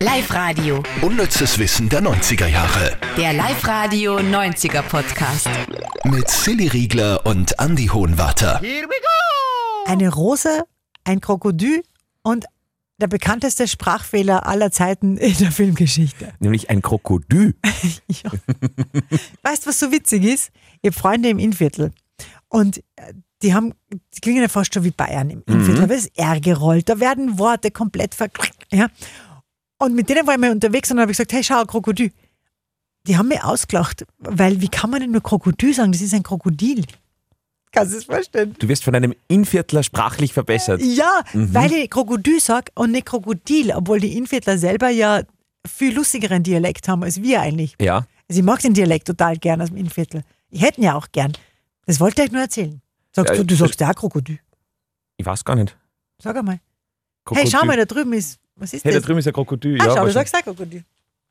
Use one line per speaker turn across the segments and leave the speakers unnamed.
Live-Radio.
Unnützes Wissen der 90er Jahre.
Der Live-Radio 90er Podcast.
Mit Silly Riegler und Andy Hohenwarter.
Eine Rose, ein Krokodil und der bekannteste Sprachfehler aller Zeiten in der Filmgeschichte.
Nämlich ein Krokodil.
Ja. weißt du, was so witzig ist? Ich habe Freunde im Innviertel und äh, die haben, die klingen ja fast schon wie Bayern im Innviertel, aber es ist R gerollt, da werden Worte komplett ver... Ja. Und mit denen war ich mal unterwegs und dann habe ich gesagt, hey, schau, ein Krokodil. Die haben mich ausgelacht, weil wie kann man denn nur Krokodil sagen? Das ist ein Krokodil. Kannst du es vorstellen?
Du wirst von einem Inviertler sprachlich verbessert.
Ja,
Mhm.
weil ich Krokodil sage und nicht Krokodil, obwohl die Innviertler selber ja viel lustigeren Dialekt haben als wir eigentlich.
Ja.
Also ich mag den Dialekt total gern aus dem Innviertel. Ich hätte ihn ja auch gern. Das wollte ich euch nur erzählen. Sagst
Ja,
du, du
ich-
sagst ja auch Krokodil.
Ich weiß gar nicht.
Sag einmal. Hey, schau mal, da drüben ist. Was ist
Hey, da
das?
drüben ist ein Krokodil.
ah,
ja,
schau, du
wahrscheinlich.
sagst auch Krokodil.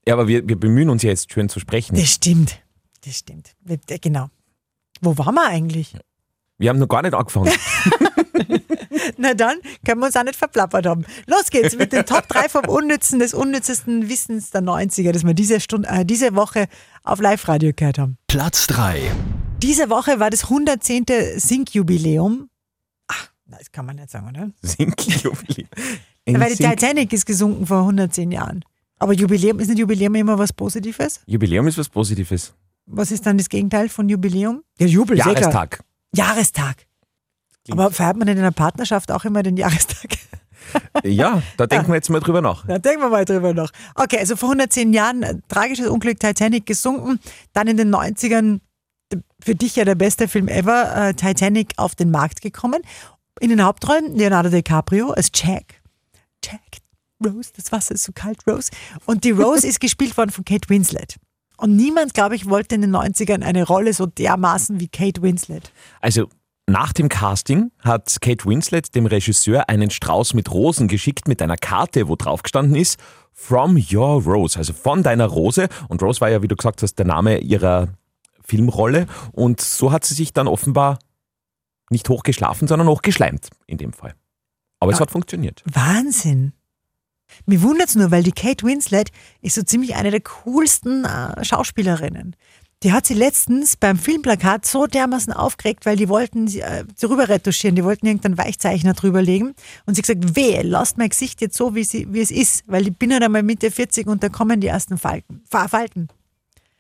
ja, aber wir, wir bemühen uns ja jetzt schön zu sprechen.
Das stimmt. Das stimmt. Wir- äh, Genau. Wo waren wir eigentlich?
Wir haben noch gar nicht angefangen.
Na dann können wir uns auch nicht verplappert haben. Los geht's mit den Top 3 vom Unnützen, des unnützesten Wissens der 90er, das wir diese, Stunde, äh, diese Woche auf Live-Radio gehört haben.
Platz 3.
Diese Woche war das 110. Sink-Jubiläum. Ach, das kann man nicht sagen, oder?
Sinkjubiläum.
Weil die Titanic ist gesunken vor 110 Jahren. Aber Jubiläum, ist nicht Jubiläum immer was Positives?
Jubiläum ist was Positives.
Was ist dann das Gegenteil von Jubiläum? Der Jubel, sehr klar.
Jahrestag.
Jahrestag.
Klingt-
Aber feiert man in einer Partnerschaft auch immer den Jahrestag?
Ja, da denken wir jetzt mal drüber nach.
Da denken wir mal drüber noch. Okay, also vor 110 Jahren äh, tragisches Unglück Titanic gesunken, dann in den 90ern d- für dich ja der beste Film ever, äh, Titanic auf den Markt gekommen. In den Hauptrollen Leonardo DiCaprio als Jack. Jack, Rose, das Wasser ist so kalt, Rose. Und die Rose ist gespielt worden von Kate Winslet. Und niemand, glaube ich, wollte in den 90ern eine Rolle so dermaßen wie Kate Winslet.
Also nach dem Casting hat Kate Winslet dem Regisseur einen Strauß mit Rosen geschickt mit einer Karte, wo drauf gestanden ist From Your Rose, also von deiner Rose. Und Rose war ja, wie du gesagt hast, der Name ihrer Filmrolle. Und so hat sie sich dann offenbar nicht hochgeschlafen, sondern hochgeschleimt in dem Fall. Aber es hat funktioniert.
Wahnsinn. Mir wundert's nur, weil die Kate Winslet ist so ziemlich eine der coolsten äh, Schauspielerinnen. Die hat sie letztens beim Filmplakat so dermaßen aufgeregt, weil die wollten sie äh, sie rüber retuschieren, die wollten irgendeinen Weichzeichner drüberlegen. Und sie hat gesagt, wehe, lasst mein Gesicht jetzt so, wie, sie, wie es ist, weil ich bin ja dann mal Mitte 40 und da kommen die ersten Falten, Fa- Falten.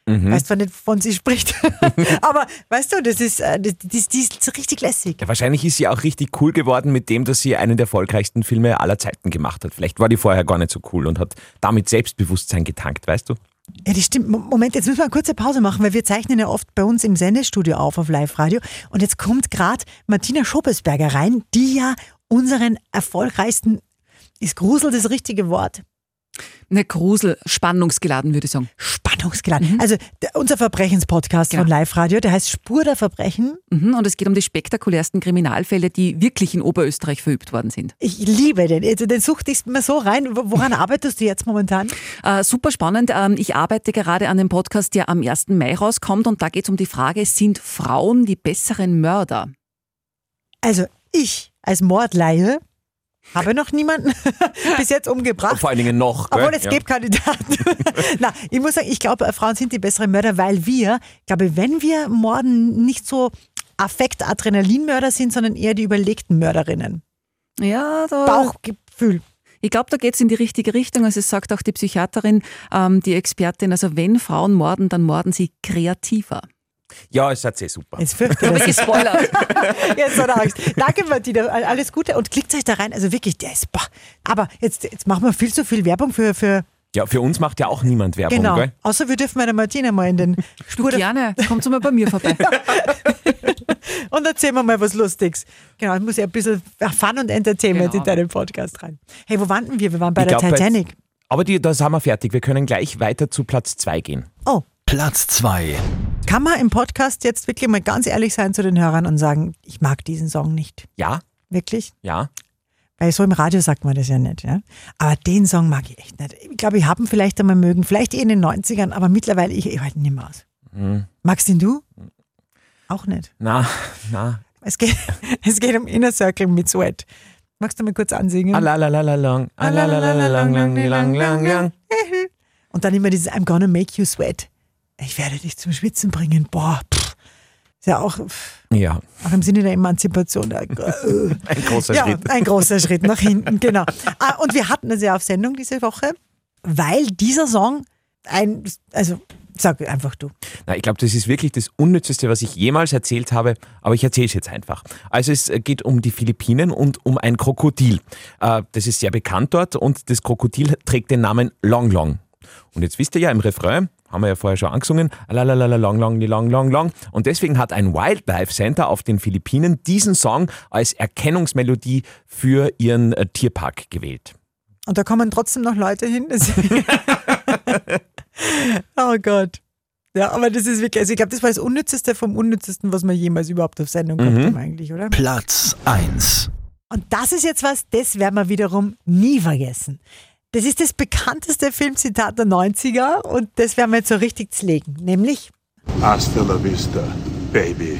Weißt zwar nicht, von sie spricht, aber weißt du, das ist, äh, das, das, das ist richtig lässig.
Ja, wahrscheinlich ist sie auch richtig cool geworden mit dem, dass sie einen der erfolgreichsten Filme aller Zeiten gemacht hat. Vielleicht war die vorher gar nicht so cool und hat damit Selbstbewusstsein getankt, weißt du?
Ja, das stimmt. Mo- Moment, jetzt müssen wir eine kurze Pause machen, weil wir zeichnen ja oft bei uns im Sendestudio auf, auf Live-Radio. Und jetzt kommt gerade Martina Schopesberger rein, die ja unseren erfolgreichsten, ist Grusel das richtige Wort?
Ne, Grusel, spannungsgeladen würde ich sagen.
Spannungsgeladen. Also der, unser Verbrechenspodcast
Genau.
von Live-Radio, der heißt Spur der Verbrechen.
Mhm, und es geht um die spektakulärsten Kriminalfälle, die wirklich in Oberösterreich verübt worden sind.
Ich liebe den. Also, Den sucht ich mir so rein. Wo- Woran arbeitest du jetzt momentan?
Äh, super spannend. Ähm, ich arbeite gerade an dem Podcast, der am 1. Mai rauskommt. Und da geht es um die Frage, sind Frauen die besseren Mörder?
Also ich als Mordlaie habe noch niemanden bis jetzt umgebracht.
Vor allen Dingen noch. Gell?
Obwohl es
Ja.
gibt Kandidaten. Na, ich muss sagen, ich glaube, Frauen sind die besseren Mörder, weil wir, glaube, wenn wir morden, nicht so Affekt-Adrenalinmörder sind, sondern eher die überlegten Mörderinnen.
Ja, da,
Bauchgefühl.
ich glaube, da geht es in die richtige Richtung. Also es sagt auch die Psychiaterin, ähm, die Expertin, also wenn Frauen morden, dann morden sie kreativer.
Ja, es hat sehr super.
Jetzt fürchte
Habe ich
ich.
gespoilert.
Jetzt hat er Angst. Danke, Martina. Alles Gute und klickt euch da rein. Also wirklich, der ist. Boah. Aber jetzt, jetzt machen wir viel zu viel Werbung für. für
Ja, für uns macht ja auch niemand Werbung,
genau.
gell?
Außer wir dürfen der Martina mal in den Spur der
Gerne, kommt mal bei mir vorbei.
Und erzählen wir mal was Lustiges. Genau, ich muss ja ein bisschen Fun und Entertainment
Genau.
in deinen Podcast rein. Hey, wo waren denn wir? Wir waren bei
Ich
der
glaub,
Titanic.
jetzt- Aber die, da sind wir fertig. Wir können gleich weiter zu Platz 2 gehen.
Oh,
Platz 2.
kann man im Podcast jetzt wirklich mal ganz ehrlich sein zu den Hörern und sagen, ich mag diesen Song nicht.
Ja,
Wirklich?
ja.
Weil so im Radio sagt man das ja nicht. Ja? Aber den Song mag ich echt nicht. Ich glaube, ich habe ihn vielleicht einmal mögen, vielleicht eh in den 90ern, aber mittlerweile, ich, ich halte ihn nicht mehr aus. Magst ihn du? Auch nicht.
Na, na.
Es geht, es geht um Inner Circle mit Sweat. Magst du mal kurz ansingen?
Alalalalang, alalalalang, lang, lang, lang, lang.
Und dann immer dieses I'm gonna make you sweat. Ich werde dich zum Schwitzen bringen. Boah, pff. Ist ja auch, pff,
Ja,
auch im Sinne der Emanzipation. Da, äh,
ein großer
ja,
Schritt.
ein großer Schritt nach hinten, genau. Ah, und wir hatten es ja auf Sendung diese Woche, weil dieser Song ein, also sag einfach du.
Na, ich glaube, das ist wirklich das Unnützeste, was ich jemals erzählt habe, aber ich erzähle es jetzt einfach. Also es äh, geht um die Philippinen und um ein Krokodil. Äh, Das ist sehr bekannt dort und das Krokodil trägt den Namen Long Long. Und jetzt wisst ihr ja im Refrain, haben wir ja vorher schon angesungen, la la la la long long li long long long. Und deswegen hat ein Wildlife Center auf den Philippinen diesen Song als Erkennungsmelodie für ihren äh, Tierpark gewählt.
Und da kommen trotzdem noch Leute hin. deswegen- oh Gott. Ja, aber das ist wirklich, also ich glaube, das war das Unnützeste vom Unnützesten, was wir jemals überhaupt auf Sendung gehabt haben eigentlich, oder?
Platz 1.
Und das ist jetzt was, das werden wir wiederum nie vergessen. Das ist das bekannteste Filmzitat der 90er und das werden wir jetzt so richtig zlegen. Nämlich,
Hasta la vista, baby.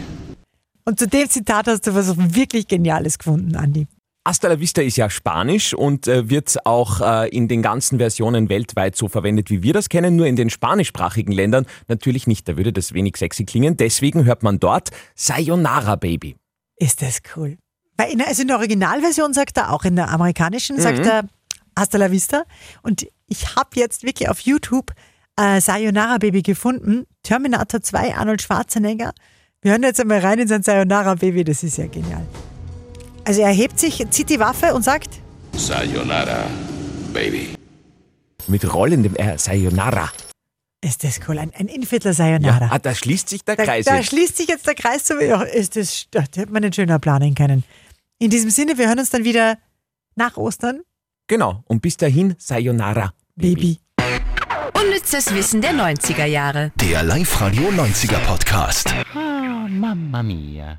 und zu dem Zitat hast du was wirklich Geniales gefunden, Andi.
Hasta la vista ist ja Spanisch und äh, wird auch äh, in den ganzen Versionen weltweit so verwendet, wie wir das kennen, nur in den spanischsprachigen Ländern natürlich nicht. Da würde das wenig sexy klingen. Deswegen hört man dort Sayonara Baby.
Ist das cool. Weil in, der- also in der Originalversion sagt er, auch in der amerikanischen, sagt er Hasta la vista. Und ich habe jetzt wirklich auf YouTube äh, Sayonara Baby gefunden. Terminator 2, Arnold Schwarzenegger. Wir hören jetzt einmal rein in sein Sayonara Baby, das ist ja genial. Also er hebt sich, zieht die Waffe und sagt,
Sayonara, baby.
Mit rollendem R, Sayonara.
ist das cool, ein, ein Inviertler
Ja,
Sayonara.
ah, da schließt sich der
da,
Kreis.
da
jetzt.
schließt sich jetzt der Kreis zu mir. Ist das, da hätte man einen schöner planen können. In diesem Sinne, wir hören uns dann wieder nach Ostern.
genau. Und bis dahin Sayonara
Baby.
Unnützes Wissen der 90er Jahre.
Der Live-Radio 90er Podcast.
Ah, mamma mia.